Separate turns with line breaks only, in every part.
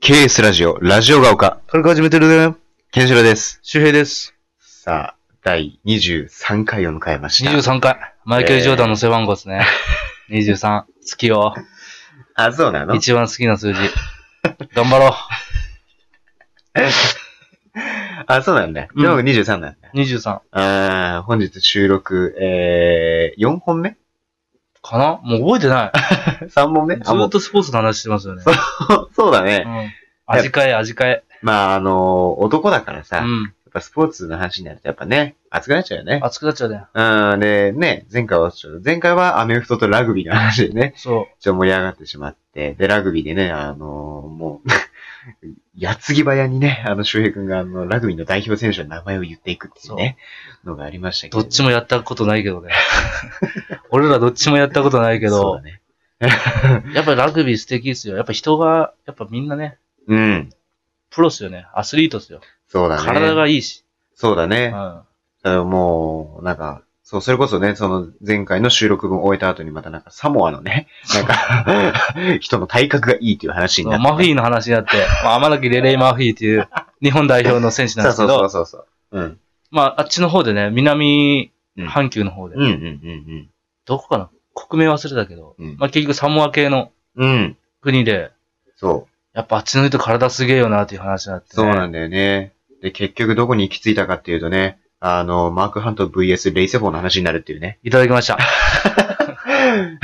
KS ラジオ、ラジオが丘、
軽く始めてるね。
ケンシロウです。
周平です。
さあ、第23回を迎えました。
23回。マイケル・ジョーダンの背番号ですね。23。好 きよ。
あ、そうなの
一番好きな数字。頑張ろ
あ、そうなんだ。
うん
今日が23なんだ。
う。23。
あー本日収録、えー、4本目
かなもう覚えてない。
?3 本目
ず
あ、も
ー
う
っ、とスポーツの話してますよね。
そう だ
う
ね。
ん。味変え、味変え。
まあ、あのー男だからさ、
う
やっ
ん。
ぱスポーツの話になるとやっぱね、熱くなっちゃうよね。
熱くなっちゃうね。
うん、で、ね、前回はちょっと、前回はアメフトとラグビーの話でね、
そ
ちょっと盛り上がってしまって、で、ラグビーでね、あのーもう、 矢継ぎ早にね、あの、周平君が、あの、ラグビーの代表選手の名前を言っていくっていうね、のがありました
う。
け
ど
ど。
っちもやったことないけどね。 俺らどっちもやったことないけ
そう
ど
だ、ね。
やっぱりラグビー素敵ですよ。やっぱ人が、やっぱみんなね、
うん。
プロっすよね。アスリートっすよ。
そうだね。
体がいいし。
そうだ
う
ね。
ん。
だからもう、なんか、そう、それこそね、その前回の収録分を終えた後にまたなんかサモアのね、なんか、 人の体格がいいっていう話になって、ね。
マフィーの話に なって、まあ、天崎レレイ・マフィーっていう日本代表の選手なん
そ
で
う
すけど、
そうそうそう。うん。
まあ、あっちの方でね、南
うん
半球の方で、
うんうんうん
どこかな国名忘れたけど、
うん
まあ結局サモア系の
うん。うん。
国で、
そう。
やっぱあっちの人体すげえよなっていう話になって、ね、
そうなんだよね。で、結局どこに行き着いたかっていうとね、あの、マークハント VS レイセフォーの話になるっていうね。
いただきました。
や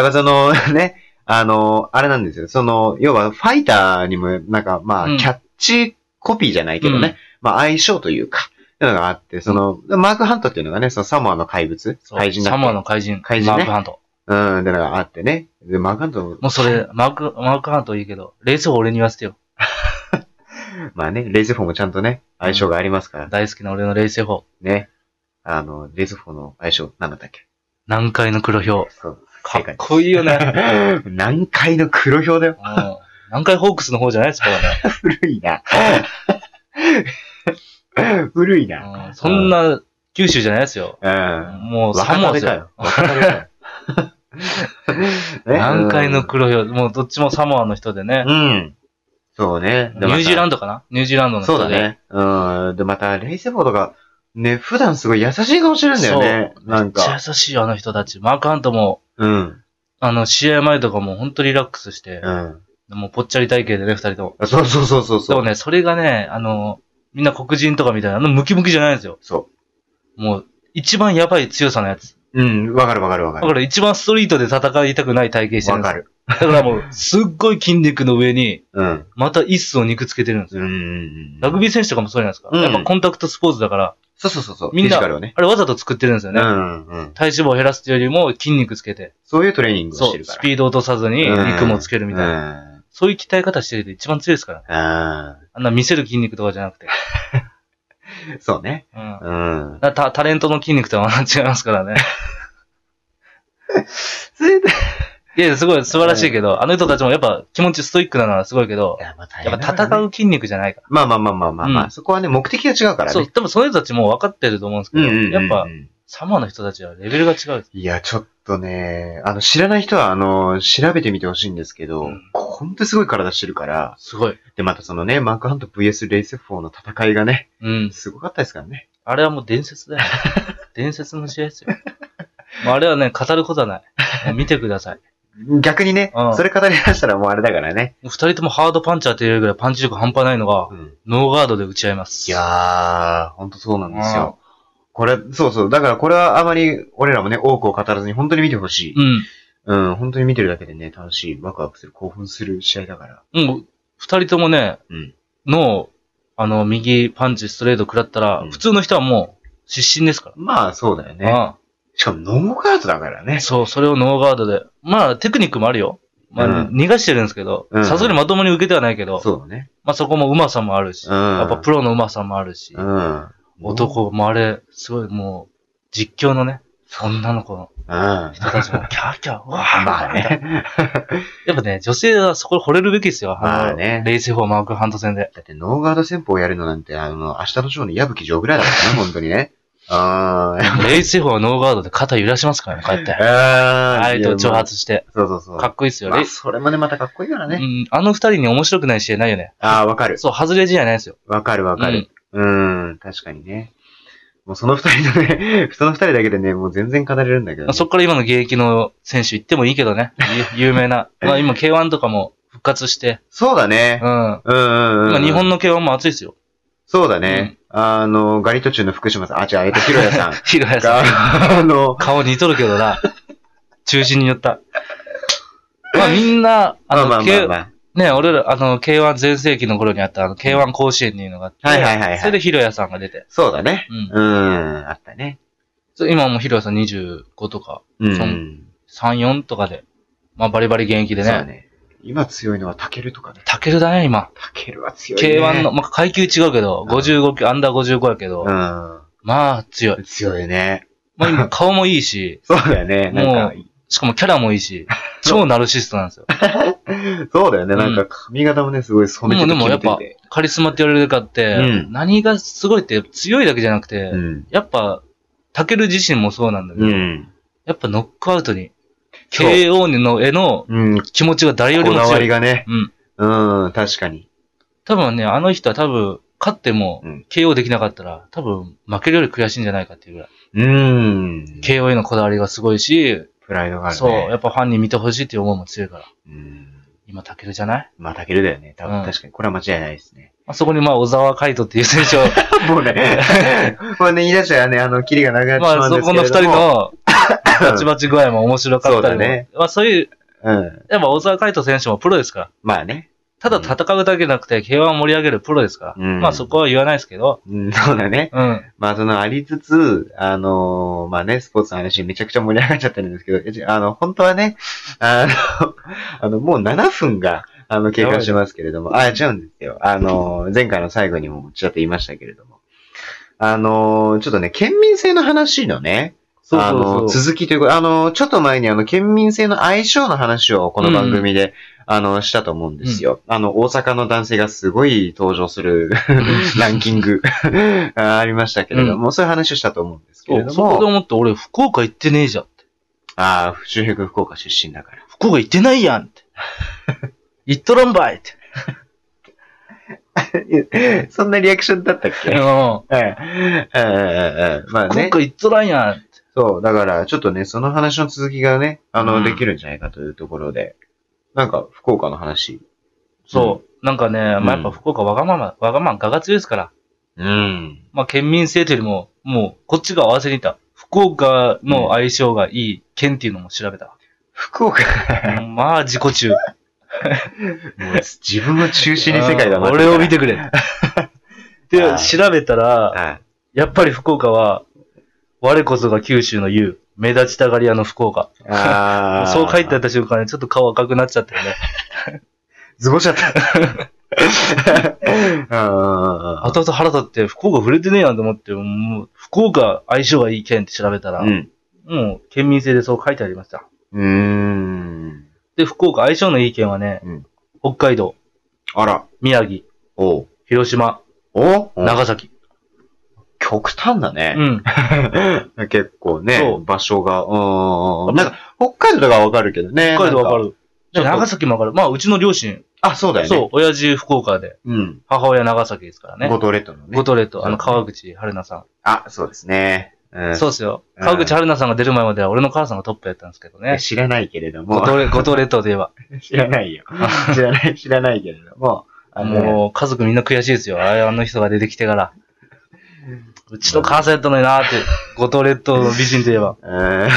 っぱその ね、あの、あれなんですよ。その、要はファイターにも、なんかま
う
あ、
ん
キャッチコピーじゃないけどね、まあ相性というか、っていうのがあって、その、マークハントっていうのがね、そのサモアの怪物、
そう
怪人だっ
サ
た
モアの怪人、
怪人ね
マークハント。
うん、ってのがあってね。で、マークハント、
もうそれ、マーク、マークハントいいけど、レースを俺に言わせてよ。
まあね、レイセフォーもちゃんとね、相性がありますから、
大好きな俺のレース法。
ね。あの、レイセフォーの相性、なんだったっ け
南海の黒ひょう。
そう。
かっこいいよね。
南海の黒豹だよ。
うん南海ホークスの方じゃないですからね。
古いな。 古いな。
うんそんな、九州じゃないですよ。
うん。
もう、サ
若
モ
食
ア
べ
です
か
よ。
よ。若食べ かよ。
南海の
黒
黒ひょうもうどっちもサモアの人でね。
うん。そうね。
ニュージーラ
ン
ンドかなニュージーランドの
そ
人
う
で。
だ。ね。うん。で、また、レイセフォードが、ね、普段すごい優しい顔してるんだよね。なん
めっ
か。
ちゃ優しいよ、あの人たち。マークハントも、
うん。
あの、試合前とかも本当リラックスして、
うん。
もうぽっちゃり体型でね、二人とも。
そうそうそうそう。
で
そ
も
う。
ね、それがね、あの、みんな黒人とかみたいな、あのムキムキじゃないんですよ。
そ
もう、一番やばい強さのやつ。
う。うん。わかるわかるわ
だ
か
か
る。
ら一番ストリートで戦いたくない体型してる
わ
んです
か
よ。
る。
だからもう、すっごい筋肉の上に、
うん。
また一層肉つけてるんですよ。
うん。
ラグビー選手とかもそうじゃないですか。
うん
やっぱコンタクトスポーツだから、
そうそうそうそう。
み
フ
ん
ィ
な
ジカルをね。
あれわざと作ってるんですよね。
うんうん。
体脂肪を減らすというよりも筋肉つけて、
そういうトレーニングをし
そ
て
う、
る
ス
から。
ピードを落とさずに
うん
肉もつけるみたいな。
な。
そういう鍛え方してる人一番強いですから。
あ
あんな見せる筋肉とかじゃなくて。
ーそうね。
うん。
うん。
だタタレントの筋肉とは違いますか らね。
それで、
いや、すごい素晴らしいけど、あの人たちもやっぱ気持ちストイックなのはすごいけど、
やっ
やっぱ戦
う。
う筋肉じゃないか
まあまあまあまあまあまあ、
うん。
そこはね、目的が違うからら
そう、
ね。
でもその人たちも分かってると思うんですけ
う
ど、
んうんうんうん。
やっぱ、サモアの人たちはレベルが違う。
いや、ちょっとね、あの、知らない人は、あの、調べてみてほしいんですけど、
うん
ほんとすごい体してるから、
すごい。
で、またそのね、マークハント VS レイセフォーの戦いがね、
うん。
すごかったですからね。
あれはもう伝 説だよ。伝説の試合ですよ。もうあれはね、語ることは ない。もう見てください。
逆にね、
うん
それ語り出したらもうあれだからね。
二人ともハードパンチ当てれるぐらいパンチ力半端ないのが、
うん
ノーガードで打ち合います。
いやー、ほんとそうなんです
うん
よ。これ、そうそう。だからこれはあまり、俺らもね、多くを語らずに本当に見てほしい。
うん。
うん、本当に見てるだけでね、楽しい、ワクワクする、興奮する試合だから。
もう、二人ともね、
うん
の、あの、右パンチ、ストレート食らったら、
うん
普通の人はもう、失神ですか
まあ、そうだよ
ら。
ね。
あ
しかも、ノーガードだから
あ
ね。
そう、それをノーガードで。まあ、テクニックもあるよ。まあ、
うん
逃がしてるんですけど
う、ん
さすがにまともに受けてはないけど、
そうだね。
まあそこも上手さもあるし、
うん。
やっぱプロの上手さもあるし、
うん。
男もあれ、すごいもう、実況のね、女の子の
うん。ま
人たち も、キャーキャー、うわー、
あね。
やっぱね、女性はそこ惚れるべきですよ。
まあね
のレイセフォーマークハント戦で。
だって、ノーガード戦法をやるのなんて、あの、明日のショーの矢吹城ぐらいだからね、本当にね。あー、
レイスイフはノーガードで肩揺らしま すからね、こうやって。
あー
あれと挑。
いやまあ
発して。
そうそうそう。
かっこいいっすよ。
ま
レ
あ
イ
それもね、またかっこいいから
う
ね。
ん、あの二人に面白くない試合ないよね。
ああ、わかる。
そう、外れ試合ないですよ。
わかるわかる。うん、ん、確かにね。もうその二人のね、 その二人だけでね、もう全然語れるんだけど、
ま
ね。
あそっから今の現役の選手行ってもいいけ どね。ゆ有名な。まあ今 K1 とかも復活して。
そうだね
う。
う
ん。
んうんう
今
ん。
日本の K1 も熱いですよ。
そうだね。あの、ガリ途中の福島さん、あ、違う、えっと、ひろや さん
ひろやさん。
が、あの、
顔似とるけどな。中心に寄った。まあみんな、あ
まあ
の、
まあまあまあ。
K- ね、俺ら、あの、K1 全盛期の頃にあった、あの、K1 甲子園っていうのがあって、
はいはいはいはい
それでヒロヤさんが出て。
そうだね。
うん。
うん、あったね。
そう今もヒロヤさん25とか、
う。
そうん3、4とかで、まあバリバリ現役で
そうだ
ね。
ね。今強いのはタケルとかね。
タケルだね、今。
タケルは強いね。
K1 の、。まあ階級違うけど、
うん
55級、アンダー55やけど、
う
まあ強い。
ん。強いね。
まあ今顔もいいし、
そうだよね。なんか、
しかもキャラもい いし、超ナルシストなんですよ。
そうだよね。
うん
なんか髪型もね、すごい染めて
で
て
もでもやっぱ
決めてて
カリスマって言われるかって、
うん
何がすごいって強いだけじゃなくて、
うん。
やっぱ、タケル自身もそうなんだけど、
うん。
やっぱノックアウトに、
そう
KO のへの
うん。
気持ちが誰より
こ
も
だわ
強
り
い。
がね。
うん。
うん、確かに。
多分ね、あの人は多分、勝っても
うん
KO できなかったら、多分負けるより悔しいんじゃないかっていうぐらい。
うん。
KO へのこだわりがすごいし、
プライドがあるね。
そう、やっぱファンに見てほしいっていう思いも強いから。
うん。
今、タケルじゃない
まあ、タケルだよね。多
う
分、
ん
確かに。これは間違いないですね。
あそこにまあ、小沢海斗っていう 選手を、
もうね、もうね、言い出したらね、あの、キリがなくなっち
ま
ま
あ、
うんで
そ
すけ
こ
れど
の
も。
二人 のバチバチ具合も面白かったり
そう
も。
だね
まあ、そういう、
の。うん。
やっぱ小沢海斗選手もプロですから。
まあね。
ただ戦うだけじゃなくて、平和を盛り上げるプロですから。
うん
まあそこは言わないですけど。
うん、そうだね。
うん。
まあ、その、ありつつ、あのーまあね、スポーツの話めちゃくちゃ盛り上がっちゃってるんですけどえじゃ、あの、本当はね、あの、 あの、もう7分が、あの、経過してますけれども、あ、違うんですよ。あのー前回の最後にもちらっと言いましたけれども、あのーちょっとね、県民性の話のね、
そうそうそう
あの、続きというか、あの、ちょっと前にあの、県民性の相性の話をこの番組で、あの、したと思うんですよ。あの、大阪の男性がすごい登場する ランキングありましたけれども、そういう話をしたと思うんですけれ
そう
ど
そこで
も、
思って、俺福岡行ってねえじゃんって。
ああ、周平君福岡出身だから。
福岡行ってないやん って。行っとらんばいって。
そんなリアクションだったっ
うん。
けええ、ええ、ええ、まあ
福
ね
岡。行っとらんやんって。
そう、だから、ちょっとね、その話の続きがね、あの、
うん
できるんじゃないかというところで、なんか、福岡の話。
そう。なんかね、まあやっぱ福岡わがまま、わがまま、我が強いですから。
うん。
まあ県民性というよりも、もうこっちが合わせにいた。福岡の相性がいい県っていうのも調 べた。
福岡
まあ自己中。
もう自分を中心に世界だな。
うん俺を見てくれ。 で、調べたら、
はい。
やっぱり福岡は、我こそが九州の優、目立ちたがり屋の福岡。
あー
そう書いてあった瞬間にちょっと顔赤くなっちゃったよ ね。
ズボしちゃった。あ
後々腹立って福岡触れてねえやんと思って、もう福岡相性がいい県って調べたら、
うん。
もう県民性でそう書いてありました。
うーん。
で、福岡相性のいい県はね、
うん
北海道、
あら。
宮城、
おう
広島、
お長
長崎。
極端だ
う
ね。
ん。
結構ね
そ、う
場所が。うーん。なんか、北海道とかはわかるけどね。
北海道わかる。
なんか。ちょ
長
っと
崎もわかる。まあ、うちの両親、
あ、そうだよね。
そう、親父福岡で、
う。うん。
母親長崎ですからね。
五島列島のね
五。島列島、あの、
そう
川口春奈さん。
あ、そうですね。うん。
そうですよ。
うん
川口春奈さんが出る前までは俺の母さんがトップやったんですけどね。
知らないけれども
五。島列五島列島といえば。
知らないよ。知らない、知らないけれども。あのね、
もう家族みんな悔しいですよ。あああの人が出てきてから。うちの母さんやったのになーって、五島列島の美人といえば。
うーん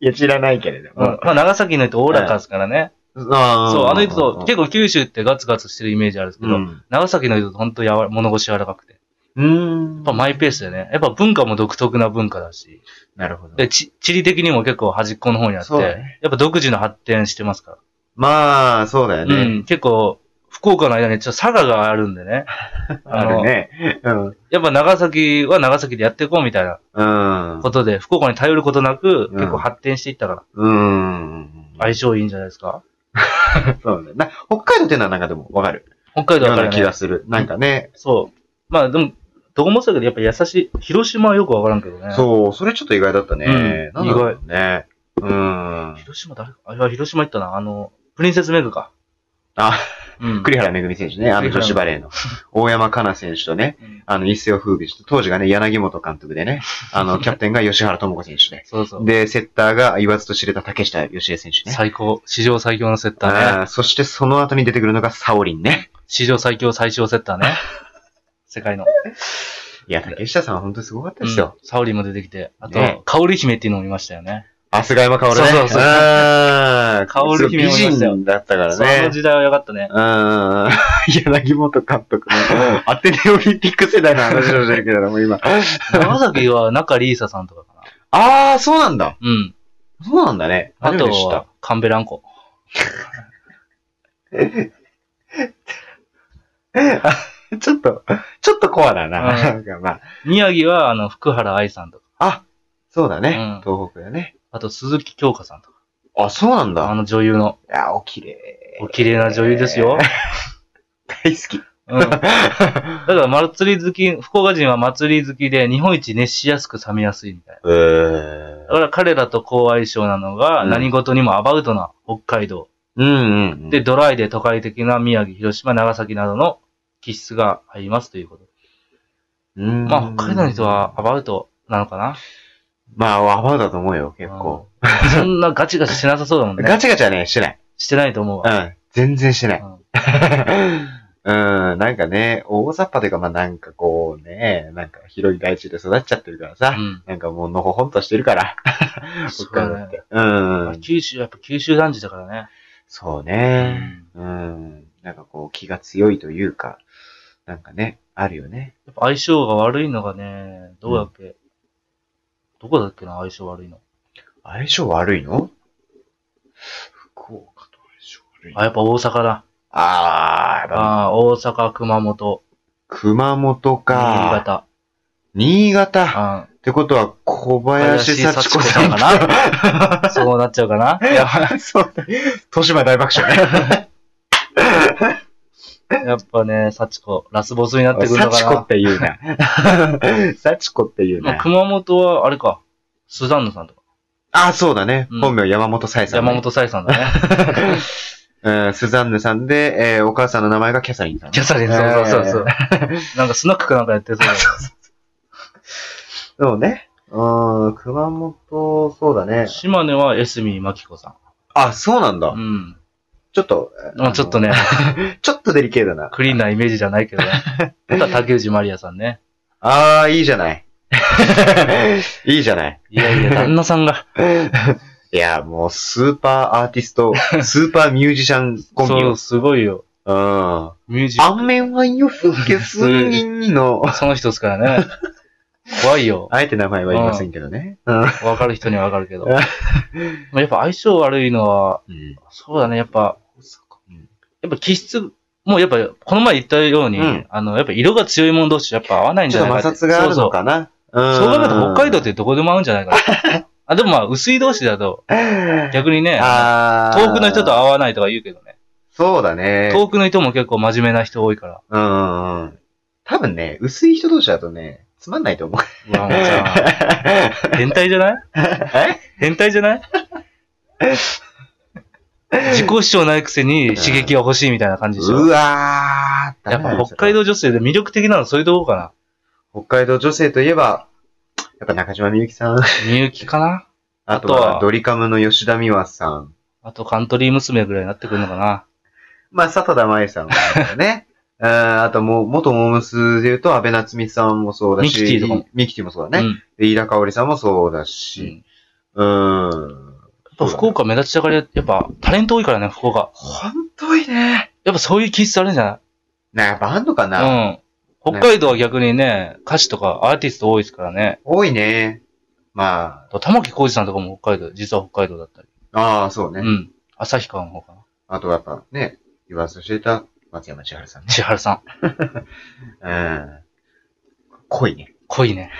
いや、知らないけれど
うん
も。
まあ、長崎の人おおらかですからね。そう、あの人と、結
構、
構九州ってガツガツしてるイメージあるんですけど、
うん。
長崎の人と本当やわ物腰柔らかくて。や
うーん
っぱマイペースでね。やっぱ文化も独特な文化だし、
なるほど。
でち地理的にも結構端っこの方にあって、
そうだね
やっぱ独自の発展してますから。
まあ、そうだよ
う
ね。
ん、結構、福岡の間にちょっと佐賀があるん でね。
あるね。うん。
やっぱ長崎は長崎でやっていこうみたいな
うん。
ことで、福岡に頼ることなく、
うん
結構発展していったから、
うん。
相性いいんじゃないですか。
そうだね。な北海道っていうのはなんかでもわかる。
北海道
よ
は
う
か
な
ら
気
ね
がする。なんかね。
そう。まあでも、どこもそうだけど、やっぱ優しい。広島はよくわからんけどね。う。
そう、それちょっと意外だったね。
うん
なんだろうね。うん。
広島誰かあ、いや広島行ったな。あの、プリンセスメグか。
あ、
うん。
栗原めぐみ選手ね、あの女子バレーの。大山かな選手とね、
うん
あの、一世を風靡して、当時がね、柳本監督でね、あの、キャプテンが吉原智子選手で。
そうそう。
で、セッターが言わずと知れた竹下義恵選手ね。
最高。史上最強のセッターね。
あーそしてその後に出てくるのがサオリンね。
史上最強最小セッタ ーね。世界の。
いや、竹下さんは本当にすごかったですよ。
うんサオリンも出てきて。あと
ね、
香織姫っていうのもいましたよね。
あ、菅山薫ね。
そうそうそう
あー
薫姫もいましたよ
美人だったから
その
ね。
時代は良かったね。
うんうんうん。柳本監督のアテネオリンピック世代の話をしてるけれども、今。
長崎は中里依紗さんとかかな。
あー、そうなんだ。
うん。
そうなんだね。
あ
初
と
めて知った
は、カンベランコ。
ちょっと、ちょっとコアだな。
う
な
ん
んかまあ、
宮城は、あの、福原愛さんとか。
あ、そうだね。
う
東北だね。
あと、鈴木京香さんとか。
あ、そうなん
あ
だ。
の女優の。
いや、お綺麗。
お綺麗な女優ですよ。
大好き。
うん。だから、祭り好き、福岡人は祭り好きで、日本一熱しやすく冷めやすいみたいな。
うーん
だから、彼らと好相性なのが、
うん
何事にもアバウトな北海道。
うんうん。
で、、ドライで都会的な宮城、広島、長崎などの気質がありますということ。まあ、北海道の人。はアバウトなのかな
まあ、アバウトだと思うよ、結構。
うん。そんなガチガチしなさそうだもん ね。
ガチガチはね、してない。
してないと思
う
うわ。
ん。全然してない。
うん
うん、なんかね、大雑把というか、まあなんかこうね、なんか広い大地で育っちゃってるからさ、
うん
なんかもうのほほんとしてるから。
そう
北海道
だ
っ
ね
て。うん。
九州、やっぱ九州男児だからね。
そう
う
ね。
ん
うん。なんかこう、気が強いというか、なんかね、あるよね。
やっぱ相性が悪いのがね、どうだっけ、どこだっけな、相性悪いの。
相性悪いの福岡と相性悪いの
あ、やっぱ大阪だ。
あー、やっぱ
ああ、大阪、熊本、
熊本
新
か。
潟。
新潟。
あ
ってことは、小林幸子さんか
小林ーそうなっち ゃうかな。や
なそうだ。豊島大爆笑ね。
やっぱね、幸子、ラスボスになってくるの
幸子
か
って言うな。幸子って言う
な。ま
な
あ、。熊本は、あれか、スザンヌさんとか。
あ、そうだね。
うん
本名山本彩さんね。
山本彩さんだね。
うん、スザンヌさんで、えーお母さんの名前がキャサリンさん。
キャサリン、そうそうそうそう。なんかスナックかなんかやってそうだよね。
そうね。うん、熊本、そうだね。
島根はエスミー・マキコさ
あ、そうなんだ。
ん。うん。
ちょっと、
まあちょっと
ね。
ね、
ちょっとデリケートな。
クリーンなイメージじゃない けどね。あとは竹内まりやさんね。
あー、いいじゃ ない。いいじゃない。
いやいや、旦那さんが。
いや、もう、スーパーアーティス ト、スーパーミュージシャンコンビ
そ
よ
う、。すごいよ。
うん。ア
ミュージッ
ンメンワインをフッケスンギンニの、
ク、その人ですから ね。怖いよ。
あえて名前は言いませんけどね。うん。
わかる人にはわかるけ ど。
うん
まあやっぱ相性悪いのは、
うん
そうだね、やっぱ、
うん
やっぱ気質、もうやっぱ、この前言ったように、
うん
あの、やっぱ色が強いもの同士やっぱ合わないん
ち
じ
ょ
ゃ
っ
ない
と
かって。
摩擦があるのかな。。
そうそう。そう考えると北海道っててどこでも合うんじゃない かな。あ、でもまあ、薄い同士だと、逆にね、
あー
遠くの人と合わないとか言うけどね。
そうだね。
遠くの人も結構真面目な人多いから。
うんうんうん。多分ね、薄い人同士だとね、つまんないと思う。
うわ、もうさ、 変態じゃない
え
変態じゃない自己主張ないくせに刺激が欲しいみたいな感じでし
う
ょ。
わー。
やっぱ北海
道。
道女性で魅力的なのそういうとこかな。
北海道女性といえば、やっぱ中島みゆきさん。
みゆきかな
あと
あと
は
は
ドリカムの吉田美和さん。
あとカントリー娘ぐらいになってくるのかな。
まあ、里田舞さんも ね。うんあともう、元モームスで言うと、安倍夏美さんもそうだし、
ミキティとかも
ミキティもそう
う
だね。
ん。
で飯田香織さんもそうだ
うん
し、
や
うん。
っぱ福岡目立ちたがりや、やっぱタレント多いからね、福岡。
ほんといね。
やっぱそういう気質あるんじゃ
な、やっぱあんのか
な
な、
いうん。北海道は逆にね、歌手とかアーティスト多いですからね。
多いね。ま
玉置浩二さんとかも北海道、実は北海道だったり。
あ、ああ、そうね。
うん。旭川の方かな。
あとはやっぱね、言わずと知れた松山千春さんね。
千春さん。
うん。濃いね。
濃いね。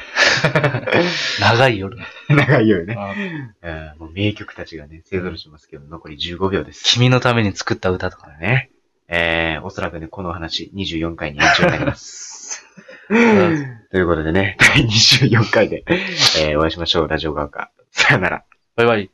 長い夜。
長いよ
う
ね。
ん
うん。もう名曲たちがね、勢ぞろいしてますけど、残り15秒です。
君のために作った歌とかね。
ね。えー、おそらくね、この話、24回に延長になります。 ということでね、第24回で、えーお会いしましょう。ラジオ側か。さよなら。
バイバイ。